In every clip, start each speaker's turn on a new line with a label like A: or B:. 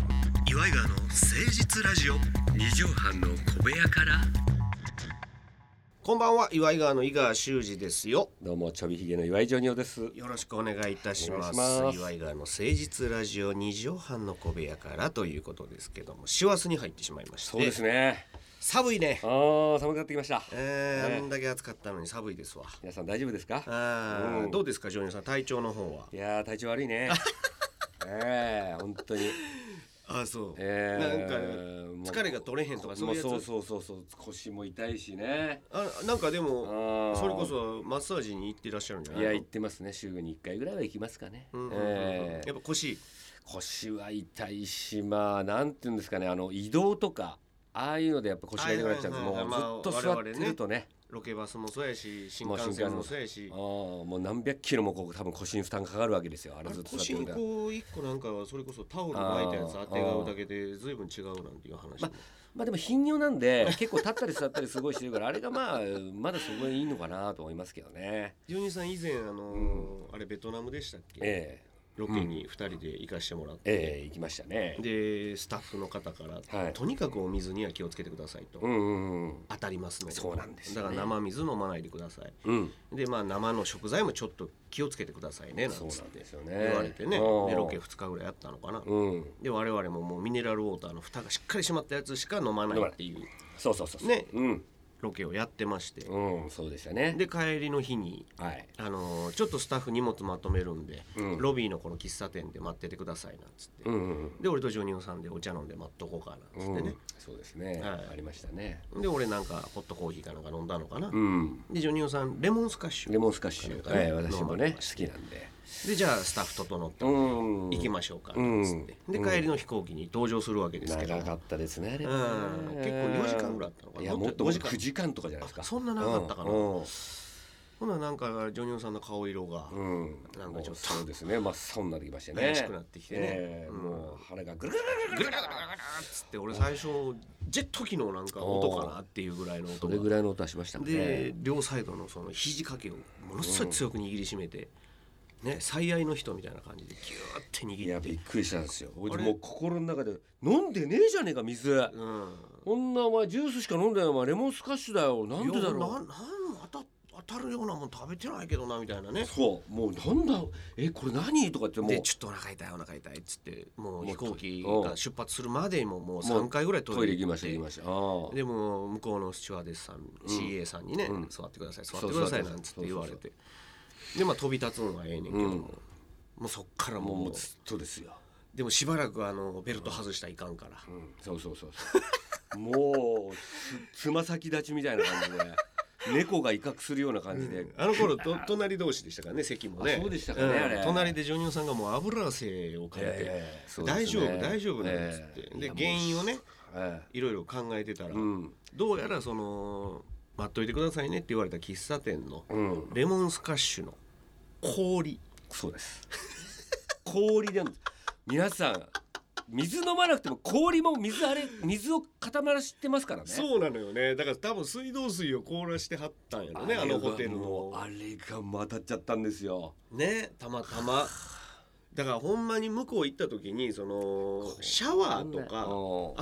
A: イガーの誠実ラジオ
B: 二畳半の小部屋から
A: こんばんは岩井川の井川修司ですよ
B: どうもちょびひげの岩井ジョニオです
A: よろしくお願いいたします
B: お願いします
A: 岩井川の誠実ラジオ2畳半の小部屋からということですけども師走に入ってしまいまして
B: そうですね
A: 寒いね
B: あー寒くなってきました
A: えー
B: ね
A: あんだけ暑かったのに寒いですわ
B: 皆さん大丈夫ですか
A: あー、
B: うん
A: どうですかジョニオさん体調の方はい
B: やー体調悪い ねええ本当に
A: あそう、
B: えー
A: なんか疲れが取れへんとかそう
B: も
A: いう
B: う
A: やつ
B: そうそうそうそう腰も痛いしね
A: あなんかで
B: あ
A: も
B: ー
A: それこそマッサージに行ってらっしゃるんじゃない
B: いや
A: の
B: 行ってますね週に一回ぐらいは行きますかね
A: うんうんうんうん
B: ええ
A: やっぱ腰
B: 腰は痛いしまあなんていうんですかねあの移動とかああいうのでやっぱ腰が痛くなっちゃうんで
A: は
B: す
A: いはいはいはい
B: もうずっと
A: まあ
B: 座っ
A: 我
B: て
A: 々ね
B: るとね
A: ロケバスもそうやし新
B: もう
A: 幹線も
B: 新幹線も
A: そうやし
B: ああもう何百キロもこう多分腰に負担かかるわけですよあれずっと座っ
A: 腰
B: てる
A: に
B: から
A: こう一個なんかはそれこそタオル巻いたやつ当てがうだけで随分違うなんていう話も
B: まあでも頻尿なんで結構立ったり座ったりすごいしてるからあれがまあまだすごいいいのかなと思いますけどね
A: ジョニーさん以前あのーあれベトナムでしたっけ
B: え
A: ロケに2人で行かしてもらっ
B: えええ
A: て
B: 行きましたね
A: でスタッフの方から
B: はい
A: とにかくお水には気をつけてくださいと
B: うんうんうん
A: 当たりますので
B: そうなんですよね
A: だから生水飲まないでください
B: うん
A: でまあ生の食材もちょっと気をつけてくださいねなん
B: そう
A: つっ
B: なん
A: て
B: ですよね
A: 言われてねで
B: うん
A: ロケ2日ぐらいやったのかな
B: うん
A: で我々ももうミネラルウォーターの蓋がしっかり閉まったやつしか飲まないっていう
B: そうそうそうそう
A: ね
B: うん
A: ロケをやってまして
B: うんそうでしたね
A: で帰りの日に
B: はい
A: あのーちょっとスタッフ荷物まとめるんで、
B: うん
A: ロビーのこの喫茶店で待っててくださいなんつって、
B: うんうん
A: で俺とジョニオさんでお茶飲んで待っとこうかな
B: うん
A: つってね、
B: そうですね、
A: はい
B: ありましたね
A: で俺なんかホットコーヒーかなんか飲んだのかな、
B: うん
A: でジョニオさんレモンスカッシ
B: レ
A: ュ
B: モンスカッシュ、
A: かな
B: ええ私も
A: 飲ま
B: ね
A: れま
B: 好きなんで
A: でじゃあスタッフ整って
B: うん
A: 行きましょうかなんつって、
B: うん
A: で帰りの飛行機に登場するわけですけど
B: 長かったですねあれね
A: うん結構4時間ぐらいあったのかない
B: やもっと
A: も
B: も
A: っ
B: っ
A: と
B: と9時間とかじゃないですか
A: あそんな長かったかな
B: うんうん
A: ほななんかジョニオさんの顔色が、
B: うん、
A: なんかちょっと
B: もうそうですね真っ青になってきましてね
A: 怪しくなってきてね
B: ええ
A: うん
B: もう腹がぐるぐるぐるぐるぐる
A: つって俺最初ジェット機のなんか音かなっていうぐらいの音
B: そ
A: が
B: れぐらいの音はしましたもん
A: で
B: ね
A: 両サイドのその肘掛けをものすごい強く握りしめて、ね最愛の人みたいな感じでギューって
B: い
A: 握
B: や
A: って
B: びっくりしたんですよも
A: あれ
B: う心の中で「飲んでねえじゃねえか水
A: うん
B: こんなお前ジュースしか飲んでないお前レモンスカッシュだよなんでだ
A: いやな
B: ろ
A: なん当た当たるようなもん食べてないけどなみたいな
B: う
A: ね
B: そうもうなんだえこれ何?」とかっても
A: で
B: う
A: ちょっとお腹痛いお腹痛いっつっても
B: も
A: う
B: う
A: 飛行機
B: うん
A: が出発するまでももう3回ぐらい
B: ト
A: ト
B: イ
A: イレ
B: レ行き
A: 行
B: ま
A: っ
B: した行き
A: て
B: ましたああ
A: でも向こうのスチュワーデスさん、CA さんにね、
B: うん
A: 座ってください座
B: そう
A: ってください
B: 座っ
A: な
B: て
A: んつって言われてでまあ飛び立つのはええねんけども、
B: うん
A: もうそっからも
B: も
A: う
B: うもうずっとですよ
A: でもしばらくあのベルト外したらいかんから、
B: うん、そうそうそうそうもうつつま先立ちみたいな感じで猫が威嚇するような感じで、
A: あの頃と隣同士でしたからね席もね
B: あそうでしたかねあれ
A: 隣でジョニオさんがもう油汗をかいて、
B: ええそうで
A: 大
B: す
A: 丈
B: ね
A: 夫大丈夫なんつ
B: え
A: っ
B: え
A: て、
B: い
A: で
B: やもう
A: 原因をね
B: え
A: いろいろ考えてた
B: え
A: ら、
B: うん
A: どうやらその待っといてくださいねって言われた喫茶店の
B: うん
A: レモンスカッシュの氷
B: そうです氷なんです皆さん水飲まなくても氷も水あれ水を固まらしてますからね
A: そうなのよねだから多分水道水を凍らしてはったんやろねあ
B: れが
A: のホテル
B: も
A: の
B: うあれがまたちゃったんですよ
A: ねたまたまだからほんまに向こう行った時にそのシャワーと
B: と
A: か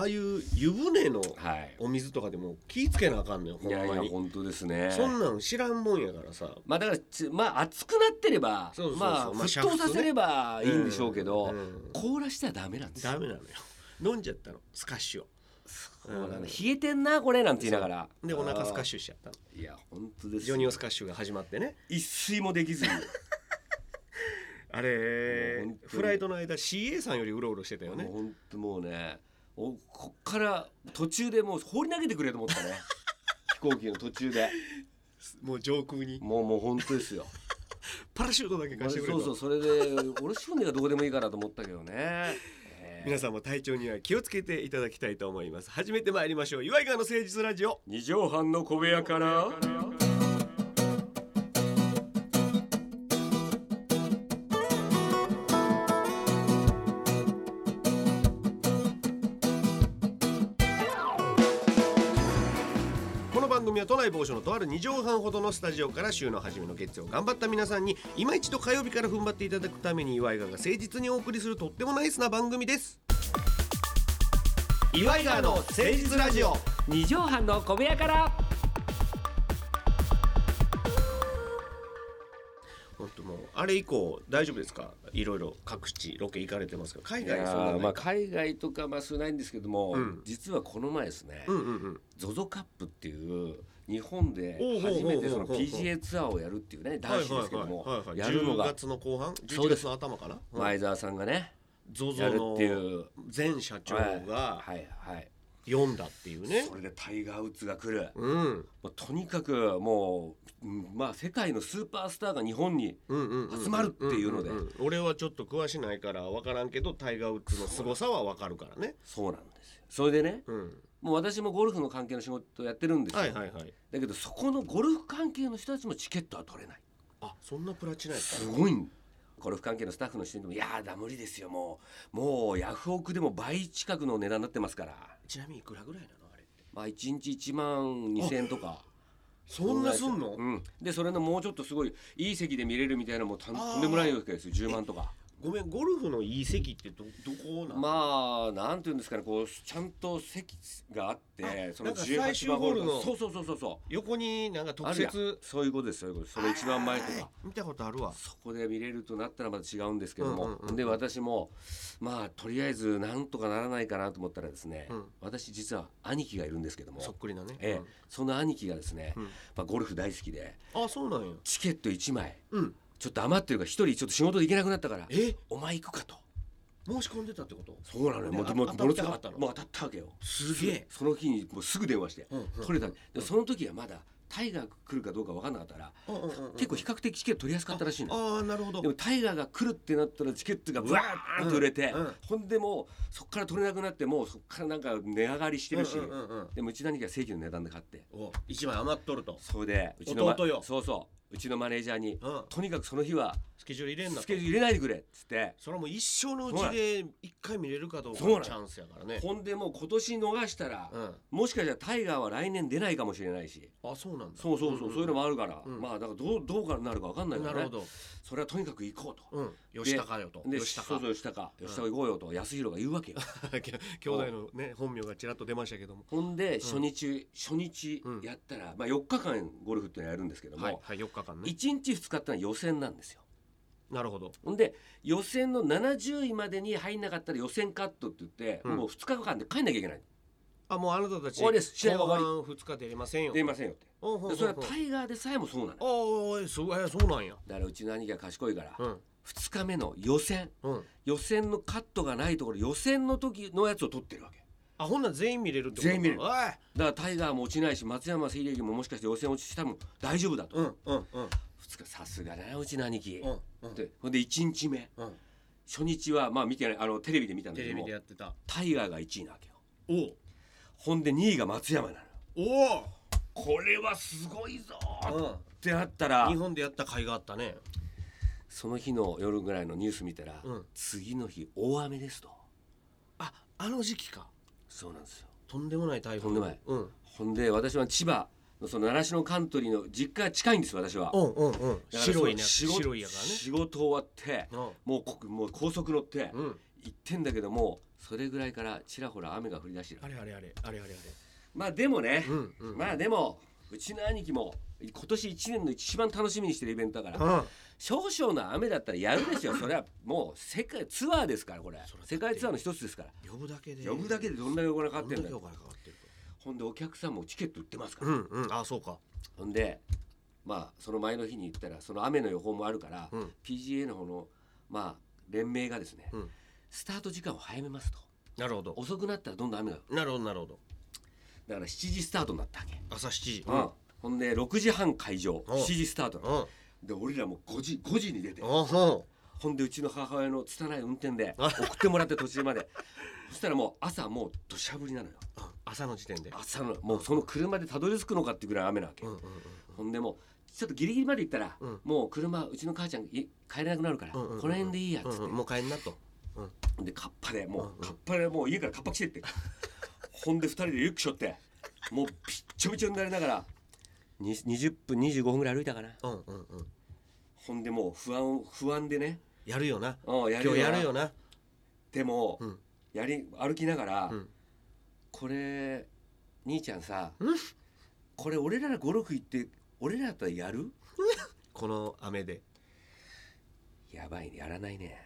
A: ああいう湯船の
B: はい
A: お水とかでも気ぃつけなあかんのよほ
B: い
A: ん
B: やい
A: ま
B: や
A: に
B: 本当ですね
A: そんなん知らんもんやからさ
B: まあだからつまあ熱くなってれば
A: そうそうそう
B: まあ
A: まあ
B: 沸騰させればいいんでしょうけど、
A: うんうん
B: 凍らしたらダメなんですよ
A: ダメなのよ飲んじゃったのスカッシュを
B: そうなの
A: うん
B: 冷えてんなこれなんて言いながら
A: でお腹スカッ
B: シ
A: シュしちゃったの
B: ュいや本当ですよ
A: ジョニオスカッシュが始まってね
B: 一睡もできずに
A: あれ
B: もう本当
A: フ
B: に
A: ライトの間 CA さんよりうろうろしてたよ
B: もう
A: ね
B: 本当もうねおこっから途中でもう放り投げてくれと思っ たね飛行機の途中で
A: もう上空に
B: もうもう本当ですよ
A: パラシュートだけ貸してくれ
B: そうそ
A: と
B: うそれで俺シュンネがどこでもいいからと思ったけどね、え
A: 皆
B: ー
A: さんも体調には気をつけていただきたいと思います始めてまいりましょう岩井川の誠実ラジオ
B: 二畳半の小部屋から
A: この番組は都内某所のとある2畳半ほどのスタジオから週の初めの月曜頑張った皆さんに今一度火曜日から踏ん張っていただくために岩井川が誠実にお送りするとってもナイスな番組です岩井川の誠実ラジオ
B: 二畳半の小部屋から
A: 本当もうあれ以降大丈夫ですかいろいろ各地ロケ行かれてますけど海
B: い
A: 外にそんな
B: や
A: のな
B: ーま
A: い
B: あ海外とかまあ少ないんですけども、
A: うん
B: 実はこの前ですね、
A: うんうんうん
B: ゾゾカップっていう日本で
A: おうほうほうほう
B: 初めてその
A: ほうほう
B: PGA ツアーをやるっていうね
A: はい
B: 男
A: はい
B: 子ですけども
A: はいはい
B: やるの
A: 10
B: が
A: 月の後半
B: そ
A: 11
B: うで
A: 月
B: す
A: の頭かな
B: 前澤さんがね
A: ゾゾ
B: やる
A: の
B: っていう
A: 前社長が
B: はいはいはい
A: 読んだっていうね
B: それでタイガー・ウッズが来る、
A: うん
B: もうとにかくもう、うんまあ、世界のスーパースターが日本に
A: うんうんうん
B: 集まるっていうので
A: んんん俺はちょっと詳しないから分からんけどタイガー・ウッズの凄さは分かるからね
B: そうなんですよそれでね
A: うん
B: もう私もゴルフの関係の仕事やってるんですよ、
A: はいはいはい
B: だけどそこのゴルフ関係の人たちもチケットは取れない
A: あそんなプラチナやった
B: すごいんゴルフ関係のスタッフの人にも「いやーだ無理ですよもうもうヤフオクでも倍近くの値段になってますから
A: ちなみにいくらぐらいなのあれって
B: まあ1日1万2,000円とか
A: そんなすんの
B: うん、でそれのもうちょっとすごいいい席で見れるみたいなのもたん
A: あー
B: とんでもないわけですよ10万とか。
A: ごめんゴルフのいい席ってどどこなの
B: まあなんていうんですかねこうちゃんと席があってその
A: なんか最終
B: 18番
A: ホ
B: ホ
A: ー
B: ー
A: ル
B: ル
A: の
B: のそうそうそうそうそう
A: 横になんか
B: あ
A: 特
B: るやん
A: 設
B: そういうことですそういうことですその一番前とか
A: 見たことあるわ
B: そこで見れるとなったらまた違うんですけども、
A: うんうんうんうん
B: で私もまあとりあえずなんとかならないかなと思ったらですね、
A: うん
B: 私実は兄貴がいるんですけども
A: そっくりなね
B: ええ、その兄貴がですね、
A: うん
B: まあ、ゴルフ大好きで
A: うんあそうなんや
B: チケット1枚
A: うん
B: ちょっと余ってるから一人ちょっと仕事で行けなくなったから
A: え
B: お前行くかと
A: 申し込んでたってこと
B: そうなのよもう
A: で
B: もう
A: あ
B: も
A: 当たっ
B: のすごい
A: てはったの
B: もう当たったわけよ
A: すげえ
B: その日にもうすぐ電話して、
A: うんうん
B: 取れたでその時はまだタイガーが来るかどうか分かんなかったから、
A: うんうんうんうん
B: 結構比較的チケット取りやすかったらしいの
A: ああなるほど
B: でもタイガーが来るってなったらチケットがブワーンと売れて、
A: うんうん
B: ほんでもうそっから取れなくなってもうそっからなんか値上がりしてるし、
A: うんうんうんうん
B: でもうちの兄貴が正規の値段で買って
A: お一枚余っとると
B: それでうちのま
A: 弟よ
B: そうそううちのマネージャーに、
A: うん
B: とにかくその日は
A: スケジュール入れんな
B: ス
A: と
B: ケジュール入れないでくれっつって
A: それはもう一生のうちで一回見れるかどうか
B: そうな
A: の
B: の
A: チャンスやからね
B: ほんでもう今年逃したら、
A: うん
B: もしかしたらタイガーは来年出ないかもしれないし
A: あそうなんだ
B: そうそうそう、そういうの
A: も
B: もあるから、
A: うん
B: まあだからどうどうからなるか分かんないか
A: な
B: ら、ね、
A: るほど
B: それはとにかく行こうと。
A: うん吉高よと
B: で
A: 吉
B: そう
A: 高
B: そう吉高吉高行こうよと安弘が言うわけよ
A: 兄弟のね本名がちらっと出ましたけども
B: ほんで初日、初日
A: うん
B: やったら、まあ、4日間ゴルフっていうのやるんですけども、
A: はいはい4日間ね
B: 1日2日ってのは予選なんですよ
A: なるほど
B: ほんで予選の70位までに入んなかったら予選カットって言って、
A: うん
B: もう2日間で帰んなきゃいけない
A: あもうあなたたち
B: 終わりです試合は終わり
A: 後半2日出れませんよ
B: 出ませんよって
A: おうほうほう
B: でそれはタイガーでさえもそうなのよ
A: おーそうえそうなんや
B: だからうちの兄貴が賢いから、
A: うん
B: 2日目の予選
A: うん
B: 予選のカットがないところ予選の時のやつを取ってるわけ
A: あほんなら全員見れるってこと
B: 全員見れる
A: おい
B: だからタイガーも落ちないし松山英樹ももしかして予選落ちしたも大丈夫だと、
A: うんうんうん
B: 2日さすがだなうちの兄貴、
A: うんうん
B: でほんで1日目
A: うん
B: 初日はまあ見てないあのテレビで見たんだ
A: テ
B: け
A: レ
B: ど
A: ビ
B: も
A: でやってた
B: タイガーが1位なわけよ
A: おう
B: ほんで2位が松山なのよ
A: おお
B: これはすごいぞーっ
A: うん
B: てなったら
A: 日本でやった甲斐があったね
B: その日の夜ぐらいのニュース見たら、
A: うん
B: 次の日大雨ですと
A: ああの時期か
B: そうなんですよ
A: とんでもない台風
B: とんでもない
A: うん
B: ほんで私は千葉のその習志野カントリーの実家が近いんです私は
A: うんうんうん
B: だからその
A: 白いね
B: 仕事
A: 白いやからね
B: 仕事終わって
A: うん
B: もうこもう高速乗って
A: うん
B: 行ってんだけどもそれぐらいからちらほら雨が降り出してる
A: あれあれあれあれあれあれ
B: まあでもね、
A: うんうん
B: まあでもうちの兄貴も今年1年の一番楽しみにしてるイベントだから
A: うん
B: 少々の雨だったらやるで しょそれはもう世界ツアーですからこれ
A: そりゃ
B: 世界ツアーの一つですか
A: 呼ぶだけで
B: ら呼ぶだけでどんだけお金かかってんだ
A: どん
B: よ
A: だけお金かかってるか
B: ほんでお客さんもチケット売ってますから、
A: うんうんあそうか
B: ほんでまあその前の日に行ったらその雨の予報もあるから、
A: うん
B: PGA の方のまあ連盟がですね、
A: うん
B: スタート時間を早めますと
A: なるほど
B: 遅くなったらどんどん雨が
A: なるほどなるほど
B: だから7時スタートになったわけ、
A: 朝7時
B: うんほんで6時半会場
A: うん
B: 7時スタートなの
A: うんうん
B: で俺らも5時5時に出て
A: うん
B: ほんでうちの母親の拙い運転で
A: あ
B: 送ってもらって途中まで そしたらもう朝もう土砂降りなのよ
A: 朝の時点で
B: 朝のもうその車でたどり着くのかってぐらい雨なわけ、
A: うんうんうん
B: ほんでもうちょっとギリギリまで行ったら、
A: うん
B: もう車うちの母ちゃんい帰れなくなるから、
A: うんうんうん
B: この辺でいいやっつって、
A: うんうんもう帰んなとうん
B: でカッパでもう、
A: うんうん
B: カッパでもう家からカッパ来てってほんで2人でリュックしょってもうびっちょびちょになりながらに20分25分ぐらい歩いたかな
A: うんうんうん
B: ほんでもう不安を不安でね
A: やるよな
B: うんや
A: 今日やるよな
B: でも、
A: うん
B: やり歩きながら、
A: うん
B: これ兄ちゃんさ
A: うん
B: これ俺らゴルフ行って俺らだったらやる
A: この雨で
B: やばいねやらないね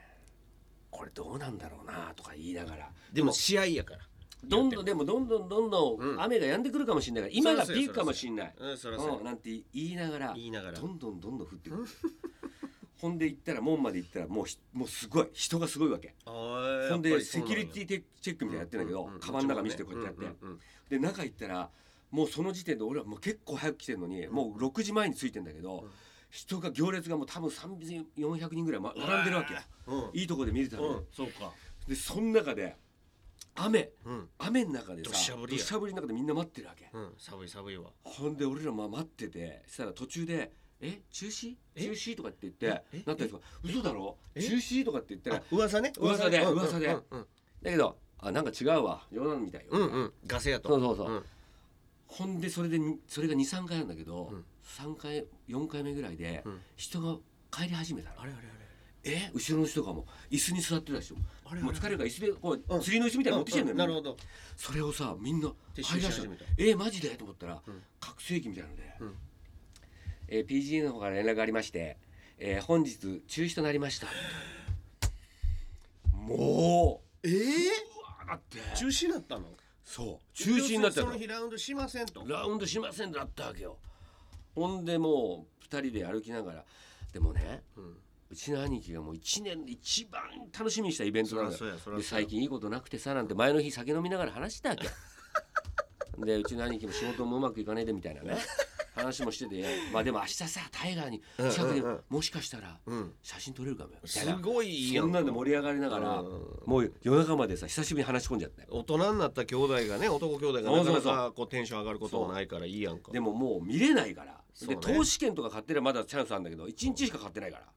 B: これどうなんだろうなとか言いながら
A: でも試合やから
B: どんどんでもどんどんどんど
A: うん
B: ん雨が止んでくるかもしれないから今が
A: そ
B: ピ
A: りゃそう
B: ークかもしれない
A: うんそら
B: う
A: そ
B: ん
A: う
B: なんて言いながら
A: 言いながら
B: どんどんどんどん降ってくるほんで行ったら門まで行ったらもうひもうすごい人がすごいわけほ
A: ほ
B: んでセキュリテ
A: ィ
B: ィチェックみたいなのやってんだけどカバンの中見せてこうやってやってで中行ったらもうその時点で俺はもう結構早く来てるのに
A: うん
B: もう6時前に着いてんだけど
A: うん
B: 人が行列がもう多分3400人ぐらいま並んでるわけよいいとこで見れた
A: う
B: の
A: んそうか
B: でその中で雨
A: うん
B: 雨の中でさ
A: どしゃ降りや
B: どしゃ降りの中でみんな待ってるわけ
A: うん寒い寒いわ
B: ほんで俺らまあ待っててしたら途中で「え中止
A: え
B: 中止?」とかって言って
A: ええ
B: なったりとか「嘘だろ
A: え
B: 中止?」とかって言ったら
A: あ噂ね
B: 噂で
A: うんうん
B: 噂で
A: うんうん
B: だけど「あなんか違うわ冗談みたいよ」
A: うんうんガセや
B: そ
A: と
B: うそうそう、
A: うん
B: ほんでそれでにそれが23回なんだけど、
A: うん
B: 3回4回目ぐらいで
A: うん
B: 人が帰り始めたの、
A: あれあれ
B: え後ろの人がもう椅子に座ってた人も
A: あれあれ
B: もう疲れるから椅子でこう、
A: うん
B: 釣りの椅子みたいなの持ってきてんのよ、
A: なるほど
B: それをさみんな
A: 撤収
B: 入り
A: し
B: だした
A: 始
B: の
A: めた
B: えマジでと思ったら、
A: うん
B: 拡声器みたいなので、
A: うん
B: えー PGA の方から連絡がありまして、えー本日中止となりました も
A: ええ
B: ううわーだって
A: 中止になったの
B: そう中止になっちゃった
A: そ
B: の
A: の日ラウンドしませんと
B: ラウンドしませんだったわけよほんでもう2人で歩きながらでもね
A: うん
B: うちの兄貴がもう1年で一番楽しみにしたイベントなんだよ
A: そらそうやそらそうや
B: で最近いいことなくてさなんて前の日酒飲みながら話してたわけ でうちの兄貴も仕事もうまくいかねえでみた いなね話もしててまあでも明日さタイガーに近くで
A: うんうんうん
B: もしかしたら
A: うん
B: 写真撮れるかもよみたい
A: す
B: な
A: ごいや
B: そんなんで盛り上がりながら
A: うんうん
B: もう夜中までさ久しぶりに話し込んじゃったよ
A: 大人になった兄弟がね男兄弟が
B: そ
A: な
B: うそ
A: か
B: うそ
A: な
B: う
A: かこうテンション上がることもないからいいやんか
B: でももう見れないから、
A: そうね
B: で投資券とか買ってりゃまだチャンスあるんだけど1日しか買ってないから、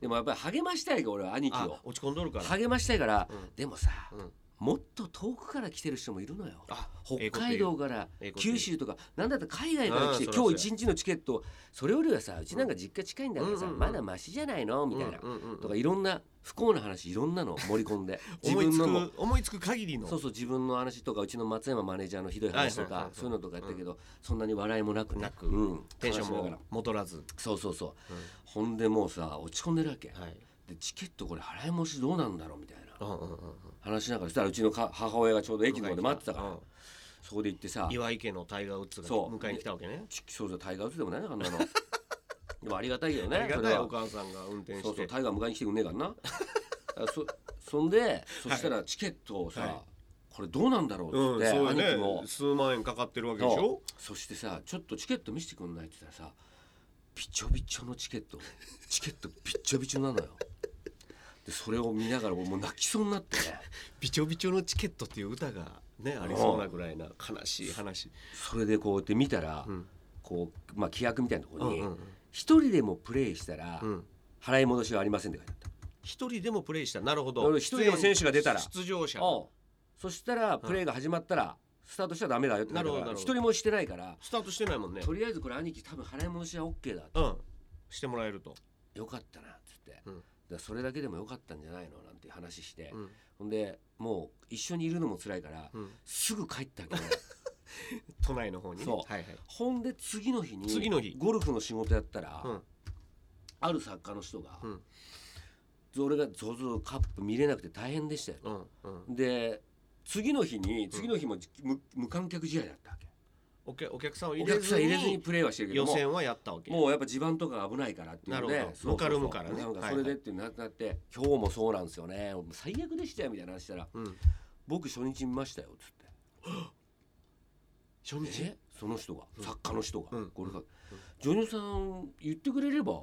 B: でもやっぱり励ましたいが俺は兄貴
A: あ
B: を
A: 落ち込んどるから
B: 励ましたいから、
A: うん
B: でもさ、
A: うん
B: もっと遠くから来てる人もいるのよ
A: あ
B: 北海道から
A: ええこと言う
B: 九州とか何だったら海外から来て
A: ああそら
B: 今
A: そう
B: 日
A: や
B: 一日のチケットそれよりはさうちなんか実家近いんだからさ、
A: うんうんうん
B: まだマシじゃないのみたいな、
A: うんうんうん
B: とかいろんな不幸な話いろんなの盛り込んで
A: 思いつ
B: のも
A: く思いつく限りの
B: そうそう自分の話とかうちの松山マネージャーのひどい話と
A: はいはいはいは
B: か
A: い
B: そういうのとかやったけど、そんなに笑いもなくね
A: なく
B: うん、
A: テンション
B: 話しながら
A: も戻らず
B: そうそうそう、
A: うん
B: ほんでもうさ落ち込んでるわけ、
A: はい
B: でチケットこれ払い戻しどうなんだろうみたいな
A: うんうんうん
B: 話しながらそしたらうちのか母親がちょうど駅の方で待ってたから、
A: うん
B: そこで行ってさ
A: 岩井家のタイガー・ウッズが
B: そう
A: 迎えに来たわけね
B: ちそうそうタイガー打つでもないなあんなの でもありがたいよね
A: ありが
B: そ
A: た
B: れ
A: い
B: は
A: お母さんが運転し
B: そうそう
A: て
B: タイガー迎えに来てくんねえからなあそそんでそしたらチケットをさ、
A: はい
B: これどうなんだろうっ
A: う
B: て
A: んそ
B: 言って、
A: う
B: 兄貴
A: よ
B: も
A: ね数万円かかってるわけでしょ
B: そしてさちょっとチケット見せてくんないって言ったらさびちょびちょのチケットチケットびっちょびちょなのよでそれを見ながら俺もう泣きそうになってね
A: びちょびちょのチケットっていう歌がねありそうなぐらいな悲しい話
B: それでこうやって見たら、
A: うん
B: こうまあ規約みたいなとこ
A: うん
B: ろに
A: うん
B: 「一人でもプレイしたら
A: うんうん
B: 払い戻しはありません」って書いてあっ
A: 一人でもプレイしたなるほど
B: 俺一人でも選手が出たら
A: 出場者
B: た、おうそしたらプレイが始まったらスタートしちゃダメだよって書いて
A: なる
B: あ
A: ほ
B: る
A: ど
B: か
A: な
B: ら
A: る
B: 一
A: ほど
B: 人もしてないから
A: スタートしてないもんね
B: とりあえずこれ兄貴多分払い戻しは OK だ
A: うんしてもらえると
B: よかったなっつって、
A: うん
B: だからそれだけでもよかったんじゃないのなんて話して、
A: うん
B: ほんでもう一緒にいるのも辛いから、
A: うん
B: すぐ帰ったわけど
A: 都内の方にね
B: そう
A: はいはい
B: ほんで次の日に
A: 次の日
B: ゴルフの仕事やったら、
A: うん
B: ある作家の人が、
A: うん
B: 俺が ZOZO カップ見れなくて大変でしたよ、
A: うんうん
B: で次の日に次の日も無無観客試合だったわけ
A: お客お客さんを入
B: お
A: れ
B: 客
A: ず
B: さん入れずに
A: に
B: プレーはしてるけど
A: 予
B: も
A: 選はやったわけ
B: もうやっぱ地盤とかが危ないからっていうので
A: なるほど
B: そうそうそう
A: ぬかるむからね
B: ぬかる
A: はい
B: むそ
A: はい
B: れでってなってなって今日もそうなんですよねもう最悪でしたよみたいな話したら
A: うん
B: 僕初日見ましたよっつって
A: 初日
B: えその人が作家の人が、
A: うん
B: これが、ジョニオさん言ってくれれば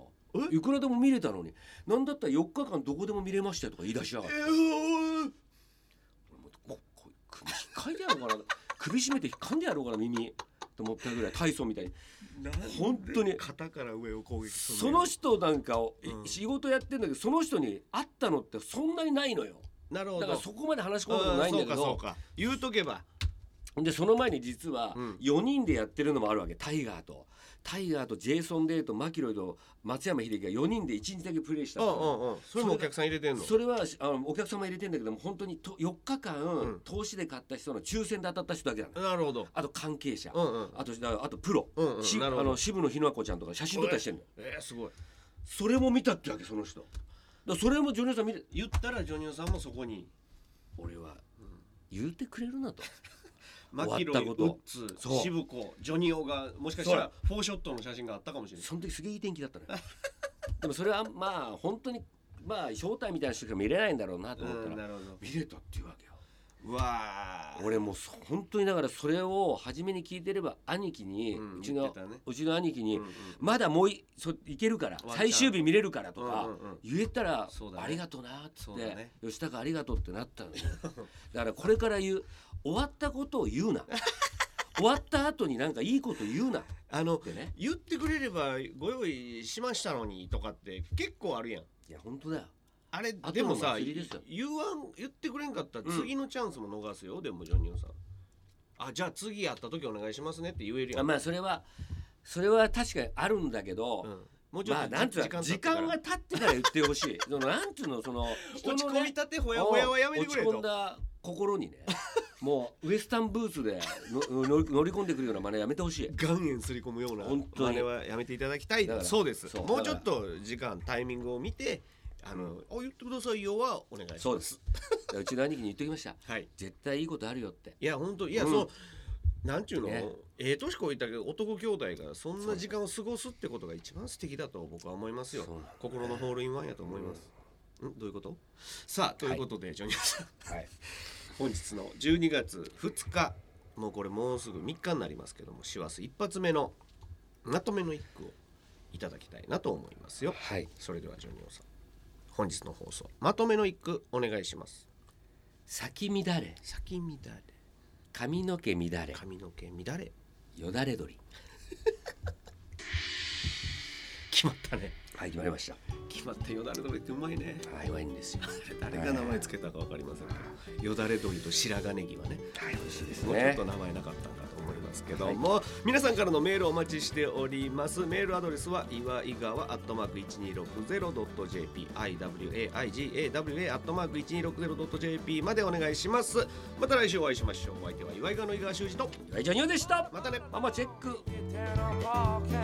A: え
B: いくらでも見れたのになんだったら4日間どこでも見れましたよとか言い出しやがって、俺もうここ首引っかいてやろうかな 首絞めて引っかんでやろうかな耳と思ったぐらい体操みたいに
A: 本
B: 本
A: 当
B: 当
A: に
B: に
A: 肩から上を攻撃する
B: その人なんかを、い
A: うん
B: 仕事やってんだけどその人に会ったのってそんなにないのよ
A: なるほ
B: だ
A: ど
B: からそこまで話し込んだことないんだけ
A: うんそう
B: ど
A: かそうか言うとけば
B: でその前に実は
A: うん
B: 4人でやってるのもあるわけタイガーとタイガーとジェイソン・デイとマキロイと松山英樹が4人で1日だけプレーした
A: う
B: の
A: んうんうんそれもお客さん入れてんの
B: それはあのお客様入れてんだけども本当にと4日間、
A: うん
B: 投資で買った人の抽選で当たった人だけなの
A: なるほど
B: あと関係者、
A: うんうん
B: あとあとプロ、
A: うんうん
B: し
A: な
B: あ
A: るほど
B: の渋野日向子ちゃんとか写真撮ったりしてんの
A: えー、すごい
B: それも見たってわけその人だからそれもジョニオさん見て
A: 言ったらジョニオさんもそこに
B: 俺は言うてくれるなと
A: マキロイ
B: 終わった
A: ウッ
B: こ
A: ズ
B: そう
A: 渋子ジョニオがもしかしたらフォーショットの写真があったかもしれない
B: その時すげえいい天気だったのよ でもそれはまあ本当にまあ招待みたいな人しか見れないんだろうなと思った
A: うんな
B: ら
A: るほど
B: 見れたっていうわけよ
A: うわー
B: 俺もうそ本当にだからそれを初めに聞いてれば兄貴に、
A: うん
B: うち
A: 言っ
B: の
A: てたね
B: うちの兄貴に、
A: うんうん
B: まだもういそいけるか
A: ワ
B: ら
A: ンチャン
B: 最終日見れるからと
A: う
B: か
A: んうんうん
B: 言えたら、
A: そうだね
B: ありがとうなっつ
A: そ
B: っ
A: う
B: て、
A: だね
B: 吉高ありがとうってなったのよだからこれから言う終わったことを言うな終わった後になんかいいこと言うなっ
A: あの
B: てね
A: 言ってくれればご用意しましたのにとかって結構あるやん
B: いや本当だよ
A: あれ
B: 後の
A: でもさ
B: 祭りですよ
A: 言わん言ってくれんかったら
B: うん
A: 次のチャンスも逃すよ、でもジョニオさんあじゃあ次やった時お願いしますねって言えるや
B: あ
A: ん、
B: まあそれはそれは確かにあるんだけど、
A: うん、もうちょっと、
B: まあなんつうの
A: 経っ
B: 時
A: てから
B: 間が経ってから言ってほしいそのなんつうのその
A: 落ち
B: の
A: 込みたてほやほやはやめてくれ
B: 落ち込ん
A: と
B: だ心にねもうウエスタンブーツでのの乗り込んでくるような真似やめてほしい
A: 岩塩すり込むような
B: 本当に
A: 真似はやめていただきたい
B: だから
A: そうです
B: そう
A: もうちょっと時間タイミングを見てあの、あ言ってくださいよはお願いします
B: そうですうちの兄貴に言ってきました
A: はい
B: 絶対いいことあるよって
A: いや本当いや、
B: うん
A: そのなんちゅうの、
B: ね
A: ええ年こいたけど男兄弟がそんな時間を過ごすってことが一番素敵だと僕は思いますよ
B: そうなんだね
A: 心のホールインワンやと思います、んどういうことさあということで、ジョニーさん
B: はい
A: 本日の12月2日もうこれもうすぐ3日になりますけども師走一発目のまとめの一句をいただきたいなと思いますよ
B: はい
A: それではジョニオさん本日の放送まとめの一句お願いします
B: 咲き乱れ
A: 咲き乱れ
B: 髪の毛乱れ
A: 髪の毛乱れ
B: よだれ鳥
A: 決まったね
B: はい決まりました
A: 決まったよだれ鳥ってうまいね
B: はいうまいんですよ
A: 誰が名前つけたかわかりませんけどよだれ鳥と白髪ネギはね
B: はい美味しいです
A: もうちょっ
B: ね
A: と名前なかったんだと思いますけども、皆さんからのメールお待ちしておりますメールアドレスは岩井川アットマーク 1260.jp iwaigawa アットマーク 1260.jp までお願いしますまた来週お会いしましょうお相手は岩井川の井川修司と
B: はいジョニオでした
A: またね
B: ママチェック
C: Get down off all